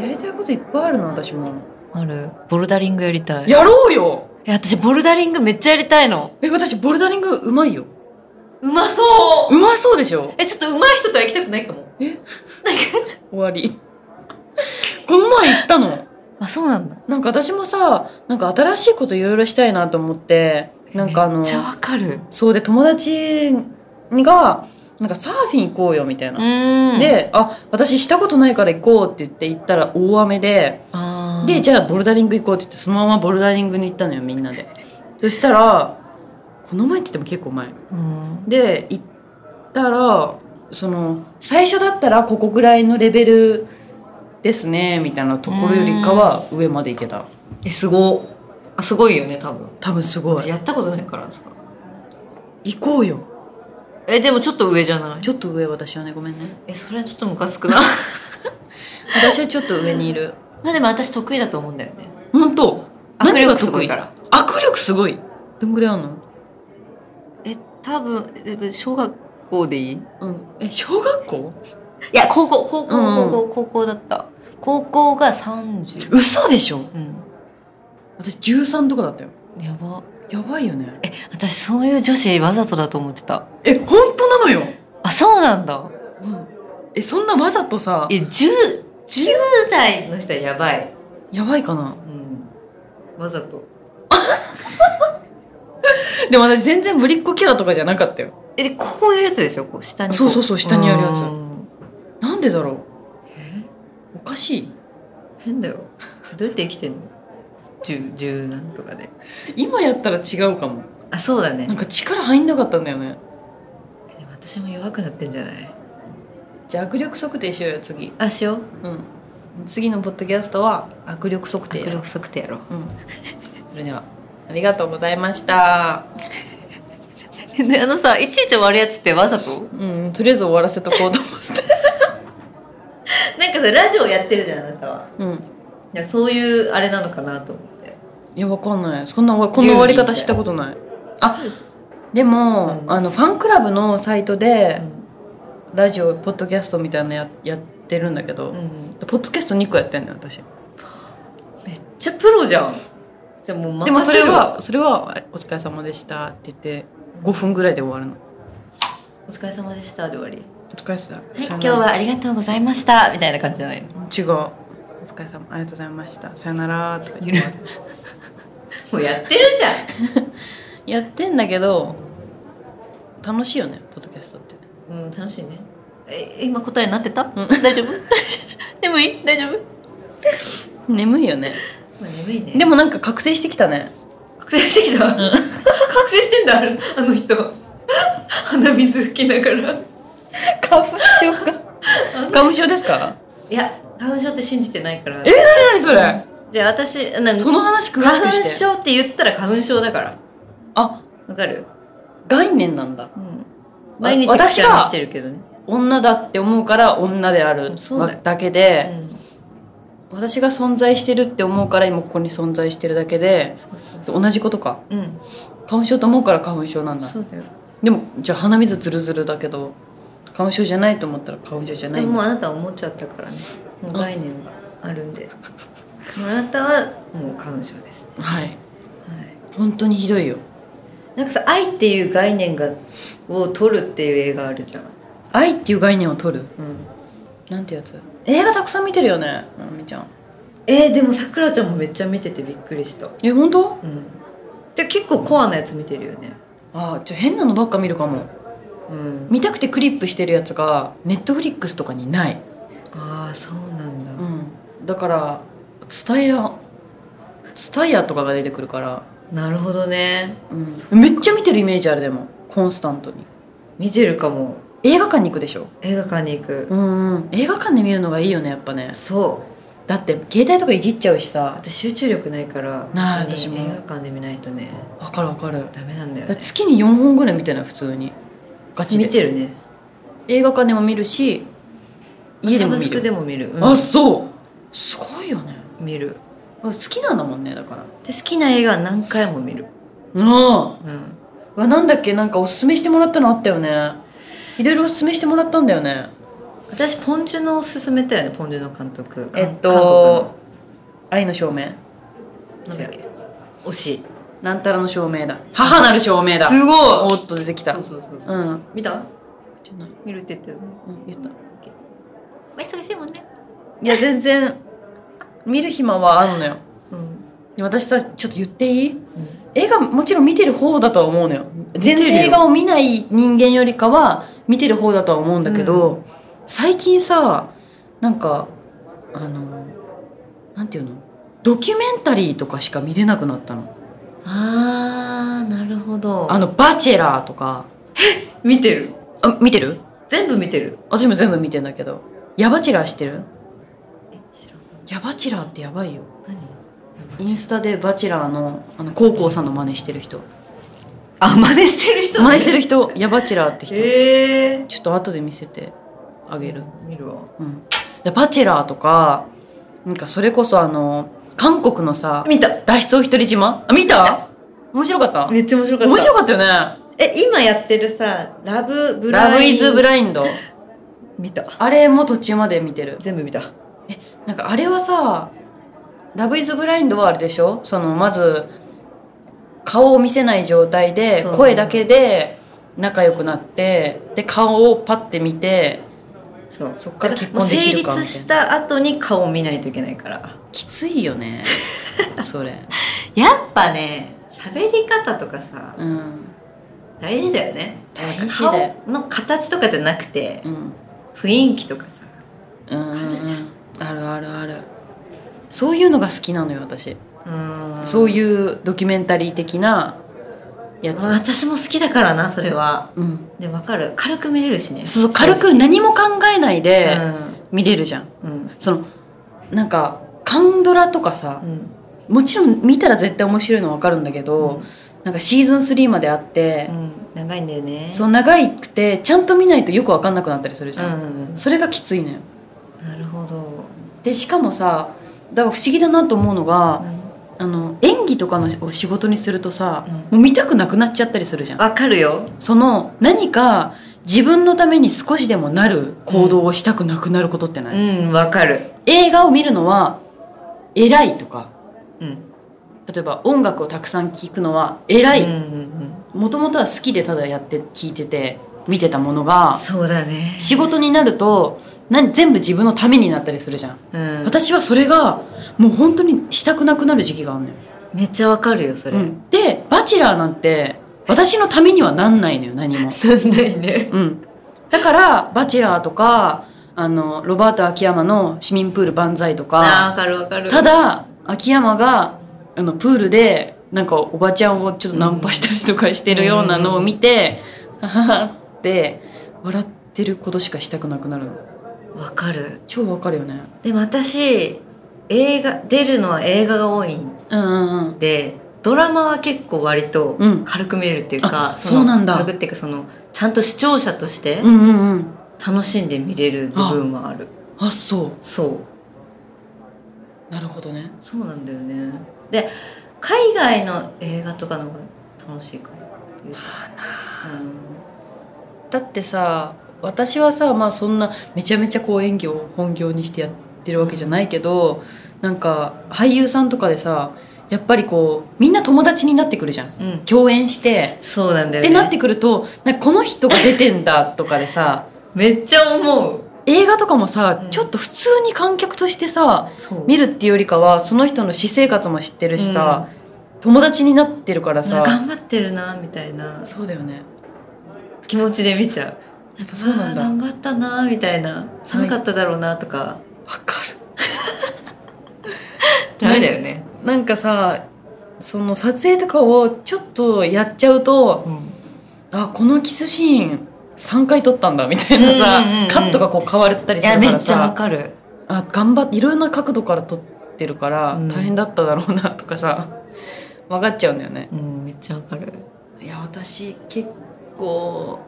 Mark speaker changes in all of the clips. Speaker 1: やりたいこといっぱいあるな私も
Speaker 2: あるボルダリングやりたい
Speaker 1: やろうよ
Speaker 2: え私ボルダリングめっちゃやりたいの
Speaker 1: え私ボルダリングうまいよ
Speaker 2: うまそう
Speaker 1: うまそうでしょ
Speaker 2: えちょっとうまい人とは行きたくないかも
Speaker 1: え終わりこの前行ったの
Speaker 2: あそうなんだ
Speaker 1: なんか私もさなんか新しいこといろいろしたいなと思ってなんかあ
Speaker 2: め
Speaker 1: の
Speaker 2: っちゃわかる
Speaker 1: そうで友達がなんかサーフィン行こうよみたいな、
Speaker 2: うん
Speaker 1: で「あ私したことないから行こう」って言って行ったら大雨で
Speaker 2: あー
Speaker 1: でじゃあボルダリング行こうって言ってそのままボルダリングに行ったのよみんなでそしたらこの前って言っても結構前
Speaker 2: うん
Speaker 1: で行ったらその最初だったらここぐらいのレベルですねみたいなところよりかは上まで行けた
Speaker 2: えすごあすごいよね多分
Speaker 1: 多分すごい
Speaker 2: やったことないからさ
Speaker 1: 行こうよ
Speaker 2: えでもちょっと上じゃない
Speaker 1: ちょっと上私はねごめんね
Speaker 2: えそれはちょっとムカつ くな
Speaker 1: 私はちょっと上にいる
Speaker 2: まあでも私得意だと思うんだよね
Speaker 1: 本当
Speaker 2: 握
Speaker 1: 何が
Speaker 2: 力す
Speaker 1: 得
Speaker 2: ご
Speaker 1: 意
Speaker 2: いから
Speaker 1: 握力すごいどんぐらいあんの
Speaker 2: え多分え小学校でいい
Speaker 1: うんえ小学校
Speaker 2: いや高校高校
Speaker 1: うんうん
Speaker 2: 高校高校だった高校が30
Speaker 1: 嘘でしょ
Speaker 2: うん
Speaker 1: 私13とかだったよ
Speaker 2: やば
Speaker 1: やばいよね
Speaker 2: え私そういう女子わざとだと思ってた
Speaker 1: え本当なのよ
Speaker 2: あそうなんだ
Speaker 1: えそんなわざとさ
Speaker 2: え十10 10代の人はやばい
Speaker 1: やばいかな
Speaker 2: うんわざと
Speaker 1: でも私全然ぶりっ子キャラとかじゃなかったよ
Speaker 2: えでこういうやつでしょこう下にこ
Speaker 1: そうそうそう下にやるやつ
Speaker 2: うん
Speaker 1: なんでだろうおかしい
Speaker 2: 変だよどうやって生きてんの10 10何とかで
Speaker 1: 今やったら違うかも
Speaker 2: あそうだね
Speaker 1: なんか力入んなかったんだよね
Speaker 2: でも私も弱くなってんじゃない
Speaker 1: じゃあ握力測定しようよ次
Speaker 2: あしよう
Speaker 1: うん次のポッドキャストは握力測定
Speaker 2: 握力測定やろう
Speaker 1: うん それではありがとうございました
Speaker 2: であのさいちいち割るやつってわざと
Speaker 1: うんとりあえず終わらせとこうと
Speaker 2: なんかさラジオやってるじゃんあなたは
Speaker 1: 思う
Speaker 2: いやそういうあれなのかなと思って
Speaker 1: うんいやわかんないそんなわこんな終わり方したことないあでも、
Speaker 2: うん
Speaker 1: あのファンクラブのサイトで
Speaker 2: う
Speaker 1: ラジオポッドキャストみたいなのややってるんだけど、
Speaker 2: ん、うん、
Speaker 1: ポッドキャスト2個やってんのよ私
Speaker 2: めっちゃプロじゃんじゃあもう任
Speaker 1: でもそ
Speaker 2: せ
Speaker 1: れ
Speaker 2: るわ
Speaker 1: はそれは「お疲れ様でした」って言って5分ぐらいで終わるの
Speaker 2: お疲れ様でしたで終わり
Speaker 1: 「お疲れ様で
Speaker 2: はい
Speaker 1: した
Speaker 2: 今日はありがとうございましたみたいな感じじゃないのも
Speaker 1: 違う「お疲れ様ありがとうございましたさよなら」とか言って終わる
Speaker 2: うやってるじゃ
Speaker 1: やってんだけど楽しいよねポッドキャストって
Speaker 2: んうん楽しいねえ今答えになってた、大 丈夫眠い大丈夫、
Speaker 1: 眠いよね
Speaker 2: まあ、眠いね
Speaker 1: でもなんか覚醒してきたね
Speaker 2: 覚醒してきた覚醒してんだあるあの人鼻水拭きながら
Speaker 1: 花粉症か花粉症ですか
Speaker 2: いや花粉症って信じてないから
Speaker 1: え何それ
Speaker 2: じゃあ私なん
Speaker 1: その話詳し
Speaker 2: 花粉
Speaker 1: くして
Speaker 2: 症って言ったら花粉症だから
Speaker 1: あ
Speaker 2: わかる、
Speaker 1: 概念なんだ
Speaker 2: うん、毎日く
Speaker 1: 私
Speaker 2: し
Speaker 1: が
Speaker 2: ゃみしてるけどね、
Speaker 1: 女だって思うから女である
Speaker 2: そうだよ
Speaker 1: だけで、
Speaker 2: うん、
Speaker 1: 私が存在してるって思うから今ここに存在してるだけで
Speaker 2: そうそうそう
Speaker 1: 同じことか
Speaker 2: うん
Speaker 1: 花粉症と思うから花粉症なんだ
Speaker 2: そうだよ
Speaker 1: でもじゃあ鼻水ズルズルだけど花粉症じゃないと思ったら花粉症じゃな
Speaker 2: で
Speaker 1: い
Speaker 2: も
Speaker 1: ん
Speaker 2: もう
Speaker 1: だ
Speaker 2: あなたは思っちゃったからねもう概念があるんでもうあなたはもう花粉症です、
Speaker 1: はい
Speaker 2: はい、
Speaker 1: 本当にひどいよ
Speaker 2: なんかさ愛っていう概念がを取るっていう映画あるじゃん、
Speaker 1: 愛っていう概念を取る
Speaker 2: うん、
Speaker 1: なんてやつ映画たくさん見てるよねななみちゃん
Speaker 2: えー、でもさくらちゃんもめっちゃ見ててびっくりした
Speaker 1: え本当
Speaker 2: うんで結構コアなやつ見てるよね
Speaker 1: あじゃあ変なのばっか見るかも
Speaker 2: うん
Speaker 1: 見たくてクリップしてるやつがネットフリックスとかにない
Speaker 2: ああそうなんだ、
Speaker 1: うんだからツタヤツタヤとかが出てくるから、
Speaker 2: なるほどね
Speaker 1: うん、めっちゃ見てるイメージあるでもコンスタントに
Speaker 2: 見てるかも
Speaker 1: 映画館に行くでしょ
Speaker 2: 映画館に行く、
Speaker 1: うん、うん、映画館で見るのがいいよねやっぱね
Speaker 2: そう
Speaker 1: だって携帯とかいじっちゃうしさ
Speaker 2: 私集中力ないから
Speaker 1: ない
Speaker 2: 本当に
Speaker 1: 私も
Speaker 2: 映画館で見ないとね
Speaker 1: わかるわかるだか
Speaker 2: ダメなんだよ
Speaker 1: ら
Speaker 2: ね
Speaker 1: 月に4本ぐらい見てない普通にガチで
Speaker 2: 見てるね
Speaker 1: 映画館でも見るし家でも見
Speaker 2: サブスク
Speaker 1: る
Speaker 2: でも見る、うん
Speaker 1: あそうすごいよね
Speaker 2: 見る
Speaker 1: 好きなんだもんねだから
Speaker 2: で好きな映画は何回も見る
Speaker 1: なあ
Speaker 2: うん
Speaker 1: うわなんだっけなんかおすすめしてもらったのあったよねいろいろおすすめしてもらったんだよね
Speaker 2: 私ポンジュのおすすめだよねポンジュの監督
Speaker 1: えっと愛の証明
Speaker 2: 韓国のなんだっけ惜しい
Speaker 1: なんたらの証明だ母なる証明だ
Speaker 2: すごい
Speaker 1: おっと出てきた
Speaker 2: そうそうそうそう、
Speaker 1: うん
Speaker 2: 見た
Speaker 1: じゃない
Speaker 2: 見るって言ったよね
Speaker 1: うん言った
Speaker 2: まあ忙しいもんね
Speaker 1: いや全然見る暇はあるのよ
Speaker 2: うん
Speaker 1: で私さちょっと言っていい映画もちろん見てる方だとは思うのよ全
Speaker 2: 見てるよ
Speaker 1: 然映画を見ない人間よりかは見てる方だとは思うんだけど、最近さなんかあのなんていうのドキュメンタリーとかしか見れなくなったの
Speaker 2: あーなるほど
Speaker 1: あの「バチェラー」とか
Speaker 2: 見てる
Speaker 1: あ見てる
Speaker 2: 全部見てる
Speaker 1: 私も全部見てんだけど「ヤバチェラー」してる
Speaker 2: え知らな
Speaker 1: ヤバチェラーってやばいよ
Speaker 2: い
Speaker 1: インスタで「バチェラーの」あのコウコウさんの真似してる人
Speaker 2: あ真似してる人
Speaker 1: 真似してる人ヤバチェラーって人
Speaker 2: へえ
Speaker 1: ちょっと後で見せてあげる
Speaker 2: 見るわ
Speaker 1: うん、でバチェラーとかなんかそれこそあの韓国のさ
Speaker 2: 見た
Speaker 1: 脱出を一人島あ見た面白かった
Speaker 2: めっちゃ面白かった
Speaker 1: 面白かったよね
Speaker 2: え今やってるさラブブライ
Speaker 1: ラブイズブラインド
Speaker 2: 見た
Speaker 1: あれも途中まで見てる
Speaker 2: 全部見た
Speaker 1: なんかあれはさラブイズブラインドはあれでしょそのまず顔を見せない状態で
Speaker 2: そうそう
Speaker 1: 声だけで仲良くなってで顔をパッて見て
Speaker 2: そう
Speaker 1: そっから結婚できるか
Speaker 2: もう成立した後に顔を見ないといけないから
Speaker 1: きついよねそれ
Speaker 2: やっぱね喋り方とかさ
Speaker 1: うん
Speaker 2: 大事だよね
Speaker 1: 大事だよ
Speaker 2: 顔の形とかじゃなくて
Speaker 1: うん
Speaker 2: 雰囲気とかさ
Speaker 1: うんうんうん
Speaker 2: あるじゃん
Speaker 1: あるあるあるそういうのが好きなのよ私、
Speaker 2: うーん
Speaker 1: そういうドキュメンタリー的なやつ、
Speaker 2: まあ私も好きだからなそれは
Speaker 1: うん、
Speaker 2: でわかる軽く見れるしね
Speaker 1: そうそう軽く何も考えないで
Speaker 2: う
Speaker 1: 見れるじゃん、
Speaker 2: んうん
Speaker 1: そのなんかカンドラとかさ
Speaker 2: う、ん
Speaker 1: もちろん見たら絶対面白いの分かるんだけど、なんかシーズン3まであって
Speaker 2: う、ん長いんだよね
Speaker 1: そう長くてちゃんと見ないとよく分かんなくなったりするじ
Speaker 2: う
Speaker 1: ゃん、
Speaker 2: ん
Speaker 1: それがきついのよ
Speaker 2: なるほど
Speaker 1: でしかもさだから不思議だなと思うのが、あの演技とかのお仕事にするとさ、
Speaker 2: うん
Speaker 1: もう見たくなくなっちゃったりするじゃん
Speaker 2: わかるよ
Speaker 1: その何か自分のために少しでもなる行動をしたくなくなることってない、
Speaker 2: うんわかる
Speaker 1: 映画を見るのは偉いとか
Speaker 2: うん
Speaker 1: 例えば音楽をたくさん聴くのは偉
Speaker 2: うんう
Speaker 1: い
Speaker 2: んうん
Speaker 1: もともとは好きでただやって聴いてて見てたものが
Speaker 2: そうだね
Speaker 1: 仕事になると何全部自分のためになったりするじゃん
Speaker 2: うん
Speaker 1: 私はそれがもう本当にしたくなくなる時期があるのよ
Speaker 2: めっちゃわかるよそれ
Speaker 1: うんで「バチェラー」なんて私のためにはなんないのよ何 も、
Speaker 2: ないね
Speaker 1: うん、だから「バチェラー」とかあのロバート秋山の「市民プール万歳」と
Speaker 2: あーわ
Speaker 1: か
Speaker 2: かるわかる
Speaker 1: ただ秋山があのプールでなんかおばちゃんをちょっとナンパしたりとかしてるようなのを見て「ははは って笑ってることしかしたくなくなるの
Speaker 2: わかる
Speaker 1: 超わかるよね
Speaker 2: でも私映画出るのは映画が多いん
Speaker 1: うんうんうん
Speaker 2: でドラマは結構割と
Speaker 1: うん
Speaker 2: 軽く見れるっていうか、
Speaker 1: あ
Speaker 2: の
Speaker 1: そうなんだ
Speaker 2: 軽くっていうかそのちゃんと視聴者として
Speaker 1: うんうんうん
Speaker 2: 楽しんで見れる部分はある
Speaker 1: あそう
Speaker 2: そう
Speaker 1: なるほどね
Speaker 2: そうなんだよねで海外の映画とかの方が楽しいかも言うと
Speaker 1: だってさ私はさまあそんなめちゃめちゃこう演技を本業にしてやってるわけじゃないけどなんか俳優さんとかでさやっぱりこうみんな友達になってくるじゃん
Speaker 2: うん、うん、
Speaker 1: 共演して
Speaker 2: そうなんだ
Speaker 1: っ
Speaker 2: よ
Speaker 1: て
Speaker 2: ね
Speaker 1: なってくるとなんかこの人が出てんだとかで さ
Speaker 2: めっちゃ思う
Speaker 1: 映画とかもさ、
Speaker 2: うん
Speaker 1: ちょっと普通に観客としてさ
Speaker 2: そう
Speaker 1: 見るっていうよりかはその人の私生活も知ってるしさ、友達になってるから
Speaker 2: な
Speaker 1: さ
Speaker 2: 頑張ってるなみたいな
Speaker 1: そうだよね
Speaker 2: 気持ちで見ちゃう
Speaker 1: やっぱそうなんだ
Speaker 2: あー
Speaker 1: わ
Speaker 2: 頑張ったなみたいな寒かっただろうなとか、
Speaker 1: かる
Speaker 2: ダメだよね、
Speaker 1: なんかさその撮影とかをちょっとやっちゃうとあこのキスシーン3回撮ったんだみたいなさ、
Speaker 2: うんうんうんうん
Speaker 1: カットがこう変わったり
Speaker 2: い
Speaker 1: す
Speaker 2: や
Speaker 1: る
Speaker 2: め
Speaker 1: か
Speaker 2: っ
Speaker 1: ら
Speaker 2: ちゃわ
Speaker 1: さ
Speaker 2: かる
Speaker 1: あ頑張っていろんな角度から撮ってるから
Speaker 2: うん
Speaker 1: 大変だっただろうなとかさ、分かっちゃうんだよね
Speaker 2: うんめっちゃわかる
Speaker 1: いや私結構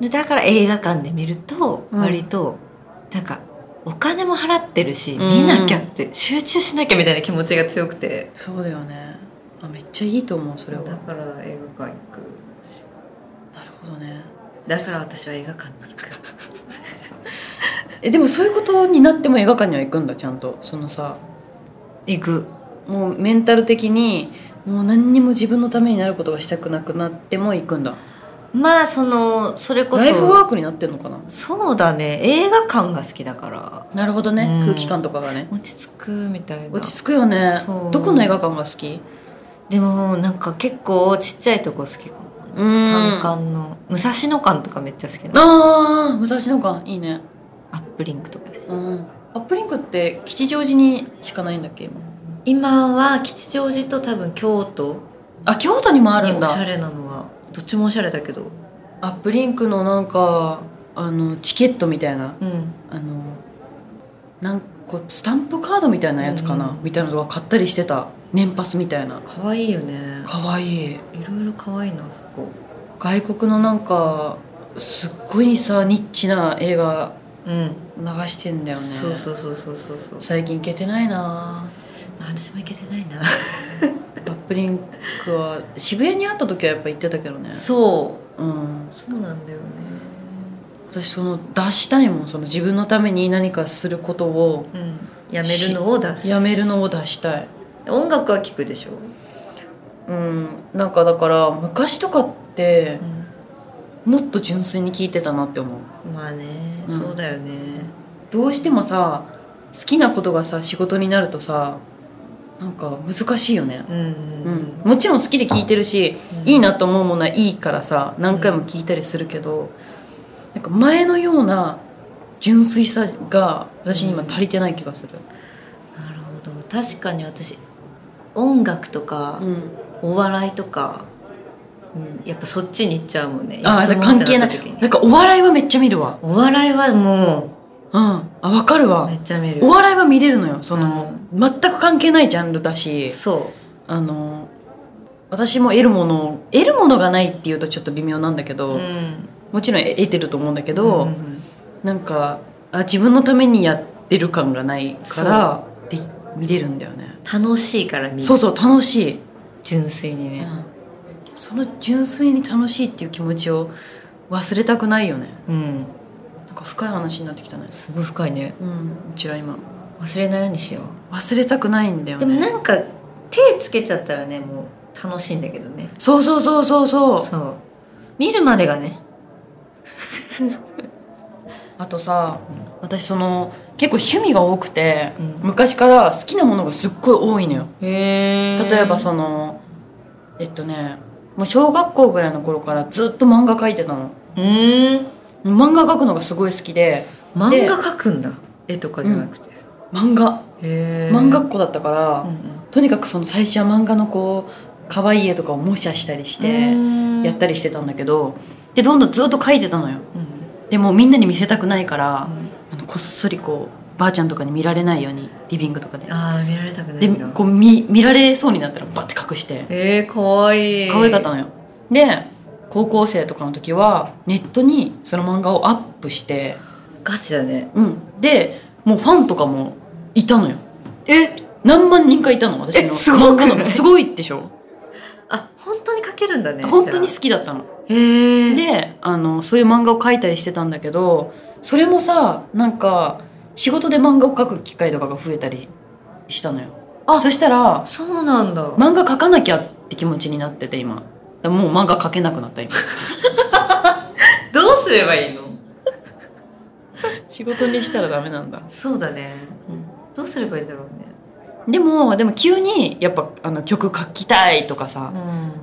Speaker 2: でだから映画館で見ると
Speaker 1: うん
Speaker 2: 割となんかお金も払ってるし、
Speaker 1: うん
Speaker 2: 見なきゃって集中しなきゃみたいな気持ちが強くて
Speaker 1: そうだよねあめっちゃいいと思うそれ
Speaker 2: だ
Speaker 1: はなる
Speaker 2: から映画館行く
Speaker 1: ほどね
Speaker 2: だから私は映画館に行く
Speaker 1: えでもそういうことになっても映画館には行くんだちゃんとそのさ
Speaker 2: 行く
Speaker 1: もうメンタル的にもう何にも自分のためになることがしたくなくなっても行くんだ
Speaker 2: まあそのそれこそ
Speaker 1: ライフワークになってんのかな
Speaker 2: そうだね映画館が好きだから
Speaker 1: なるほどね、
Speaker 2: うん
Speaker 1: 空気感とかがね
Speaker 2: 落ち着くみたいな
Speaker 1: 落ち着くよね
Speaker 2: そう
Speaker 1: どこの映画館が好き
Speaker 2: でもなんか結構ちっちゃいとこ好きかも
Speaker 1: うん
Speaker 2: 単館の武蔵野館とかめっちゃ好きなの
Speaker 1: ああ武蔵野館いいね
Speaker 2: アップリンクとかね
Speaker 1: うんアップリンクって吉祥寺にしかないんだっけ今
Speaker 2: 今は吉祥寺と多分京都
Speaker 1: あ京都にもある
Speaker 2: に
Speaker 1: ん
Speaker 2: おしゃ
Speaker 1: だ
Speaker 2: れなのはどっちもおしゃれだけど
Speaker 1: アップリンクのなんかあのチケットみたいな
Speaker 2: うん
Speaker 1: あのなんかスタンプカードみたいなやつかな、
Speaker 2: うん
Speaker 1: みたいなのとか買ったりしてた年パスみたいな
Speaker 2: 可愛いよね
Speaker 1: かわいい
Speaker 2: いろいろ可愛いなそこ
Speaker 1: 外国のなんかすっごいさニッチな映画
Speaker 2: うん
Speaker 1: 流してんだよね
Speaker 2: そうそうそうそうそうそう
Speaker 1: 最近行けてないな
Speaker 2: まあ私も行けてないな
Speaker 1: アップリンクは渋谷にあった時はやっぱ行ってたけどね
Speaker 2: そ
Speaker 1: うん
Speaker 2: うそうなんだよね
Speaker 1: 私その出したいもんその自分のために何かすることを
Speaker 2: うんやめるのを出す
Speaker 1: やめるのを出したい
Speaker 2: 音楽は聴くでしょ、
Speaker 1: うんなんかだから昔とかって
Speaker 2: う、
Speaker 1: もっと純粋に聞いてたなって思うん
Speaker 2: まあね、
Speaker 1: うん
Speaker 2: そうだよね
Speaker 1: どうしてもさ好きなことがさ仕事になるとさなんか難しいよね、
Speaker 2: うんう
Speaker 1: うんん、もちろん好きで聞いてるし、
Speaker 2: うん
Speaker 1: いいなと思うものはいいからさ何回も聞いたりするけど、なんか前のような純粋さが私に今足りてない気がする、
Speaker 2: なるほど確かに私音楽とか、
Speaker 1: うん
Speaker 2: お笑いとか、うん、やっぱそっちに行っちゃうもんね
Speaker 1: ああ
Speaker 2: 休もう
Speaker 1: 関係な
Speaker 2: ってった時
Speaker 1: い
Speaker 2: に
Speaker 1: なんかお笑いはめっちゃ見るわ
Speaker 2: お笑いはも
Speaker 1: うんあわかる
Speaker 2: う
Speaker 1: わ
Speaker 2: めっちゃ見る
Speaker 1: お笑いは見れるのよその、全く関係ないジャンルだし
Speaker 2: そ
Speaker 1: あの私も得るもの得るものがないっていうとちょっと微妙なんだけ
Speaker 2: う、
Speaker 1: ど、
Speaker 2: ん、
Speaker 1: もちろん得てると思うんだけど、
Speaker 2: うんうん
Speaker 1: なんかあ自分のためにやってる感がないからで見れるんだよね
Speaker 2: 楽しいから見る
Speaker 1: そうそう楽しい、
Speaker 2: 純粋にね
Speaker 1: その純粋に楽しいっていう気持ちを忘れたくないよね
Speaker 2: うん
Speaker 1: なんか深い話になってきたね
Speaker 2: すごい深いね
Speaker 1: うんうちら今
Speaker 2: 忘れないようにしよ
Speaker 1: 忘れたくないんだ
Speaker 2: う
Speaker 1: よ
Speaker 2: で
Speaker 1: ね
Speaker 2: もなんか手つけちゃったらねもう楽しいんだけどね
Speaker 1: そうそうそうそうそう
Speaker 2: そう見るまでがね
Speaker 1: あとさ私その結構趣味が多くて、
Speaker 2: うん
Speaker 1: 昔から好きなものがすっごい多いのよ
Speaker 2: へ
Speaker 1: 例えばそのえっとねもう小学校ぐらいの頃からずっと漫画描いてたの
Speaker 2: うーん
Speaker 1: 漫画描くのがすごい好きで
Speaker 2: 漫画描くんだ絵とかじゃなくて、
Speaker 1: 漫画
Speaker 2: へー
Speaker 1: 漫画っ子だったから、
Speaker 2: うん
Speaker 1: とにかくその最初は漫画のこう可愛い絵とかを模写したりして
Speaker 2: うん
Speaker 1: やったりしてたんだけどでどんどんずっと描いてたのよ
Speaker 2: うん
Speaker 1: でもみんなに見せたくないから、
Speaker 2: うん
Speaker 1: あのこっそりこうばあちゃんとかに見られないようにリビングとかで
Speaker 2: ああ見られたくない
Speaker 1: で
Speaker 2: んだ
Speaker 1: こう見見られそうになったらバッて隠して
Speaker 2: えー、かわいい
Speaker 1: 可愛かったのよで高校生とかの時はネットにその漫画をアップして
Speaker 2: ガチだね
Speaker 1: うんでもうファンとかもいたのよ
Speaker 2: え
Speaker 1: 何万人かいたの私の
Speaker 2: えすごくない
Speaker 1: 漫画のすごいでしょ
Speaker 2: あ本当に描けるんだね
Speaker 1: 本当に好
Speaker 2: じ
Speaker 1: きだったの
Speaker 2: ゃあへえ
Speaker 1: であのそういう漫画を描いたりしてたんだけどそれもさなんか仕事で漫画を描く機会とかが増えたりしたのよ
Speaker 2: あ
Speaker 1: そしたら
Speaker 2: そうなんだ
Speaker 1: 漫画描かなきゃって気持ちになってて今だからもう漫画描けなくなった今
Speaker 2: どうすればいいの
Speaker 1: 仕事にしたらダメなんだ
Speaker 2: そうだね、どうすればいいんだろうね
Speaker 1: でもでも急にやっぱあの曲書きたいとかさ、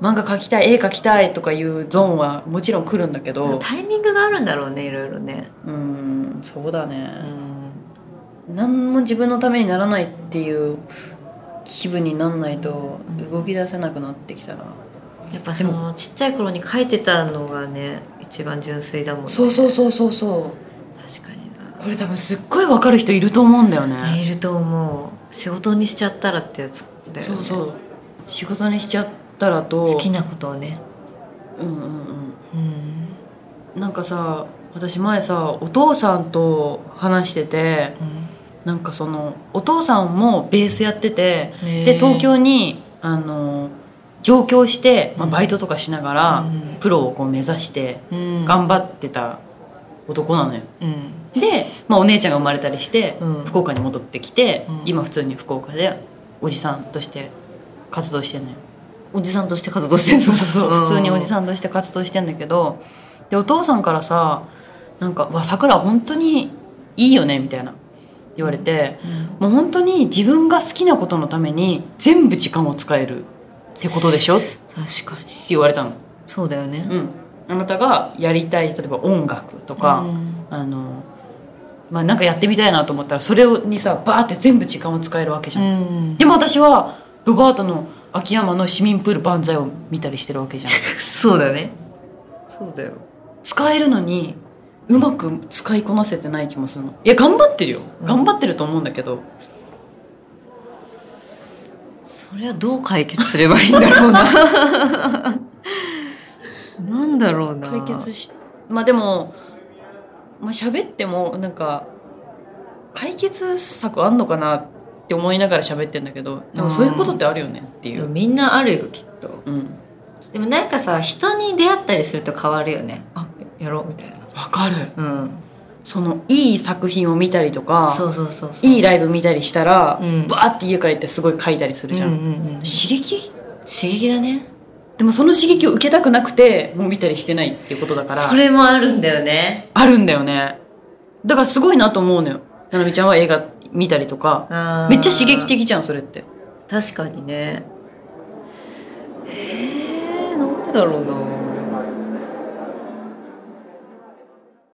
Speaker 2: う
Speaker 1: 漫画書きたい絵描きたいとかいうゾーンはもちろん来るんだけど
Speaker 2: タイミングがあるんだろうねいろいろね
Speaker 1: うんそうだ
Speaker 2: う
Speaker 1: ね、
Speaker 2: ん
Speaker 1: 何も自分のためにならないっていう気分になんないと動き出せなくなってきたな、
Speaker 2: やっぱそのちっちゃい頃に描いてたのがね一番純粋だもんね
Speaker 1: そうそうそうそうそう
Speaker 2: 確かにな
Speaker 1: これ多分すっごい分かる人いると思うんだよね、
Speaker 2: ネイルと思う仕事にしちゃったらってやつだよね
Speaker 1: そうそう仕事にしちゃったらと
Speaker 2: 好きなことをね
Speaker 1: うんうんうん
Speaker 2: うん
Speaker 1: なんかさ私前さお父さんと話しててなんかそのお父さんもベースやっててで東京
Speaker 2: に
Speaker 1: にあの上京して、まあ、
Speaker 2: うん
Speaker 1: バイトとかしながら、
Speaker 2: うん
Speaker 1: プロをこう目指して
Speaker 2: 頑
Speaker 1: 頑張ってた男なのよ
Speaker 2: うん
Speaker 1: で、まあ、お姉ちゃんが生まれたりして、
Speaker 2: うん
Speaker 1: 福岡に戻ってきて、
Speaker 2: うん
Speaker 1: 今普通に福岡でおじさんとして活動してんのよ
Speaker 2: おじさんとして活動して る
Speaker 1: そうそうそう普通におじ
Speaker 2: ん
Speaker 1: さんとして活動してんだけどでお父さんからさなんか「わさくら本当にいいよね」みたいな言われて、もう本当に自分が好きなことのために全部時間を使えるってことでしょって
Speaker 2: 確かに
Speaker 1: 言われたの。
Speaker 2: そうだよね
Speaker 1: うん、あなたがやりたい例えば音楽とか、
Speaker 2: うん
Speaker 1: あのまあ、なんかやってみたいなと思ったらそれにさバーって全部時間を使えるわけじゃん、
Speaker 2: ん
Speaker 1: でも私はロバートの秋山の市民プール万歳を見たりしてるわけじゃん
Speaker 2: そうだねそうだよ
Speaker 1: 使えるのにうまく使いこなせてない気もするのいや頑張ってるよ
Speaker 2: うん
Speaker 1: 頑張ってると思うんだけど、
Speaker 2: それはどう解決すればいいんだろうな なんだろうな
Speaker 1: 解決しまあでもまあ喋ってもなんか解決策あんのかなって思いながら喋ってんだけどでもそういうことってあるよねって
Speaker 2: い
Speaker 1: い
Speaker 2: や
Speaker 1: う、
Speaker 2: みんなあるよきっと
Speaker 1: うん、
Speaker 2: でもなんかさ人に出会ったりすると変わるよねあやろうみたいな
Speaker 1: わかる
Speaker 2: うん
Speaker 1: そのいい作品を見たりとか
Speaker 2: そうそうそうそう
Speaker 1: いいライブ見たりしたら、
Speaker 2: うん
Speaker 1: バーって家帰ってすごい書いたりするじゃん、
Speaker 2: うんうんうん、刺
Speaker 1: 刺激
Speaker 2: 激だね
Speaker 1: でもその刺激を受けたくなくてもう見たりしてないっていうことだから
Speaker 2: それもあるんだよね
Speaker 1: あるんだよねだからすごいなと思うのよななみちゃんは映画見たりとか
Speaker 2: あー
Speaker 1: めっちゃ刺激的じゃんそれって
Speaker 2: 確かにねえー、なんでだろうな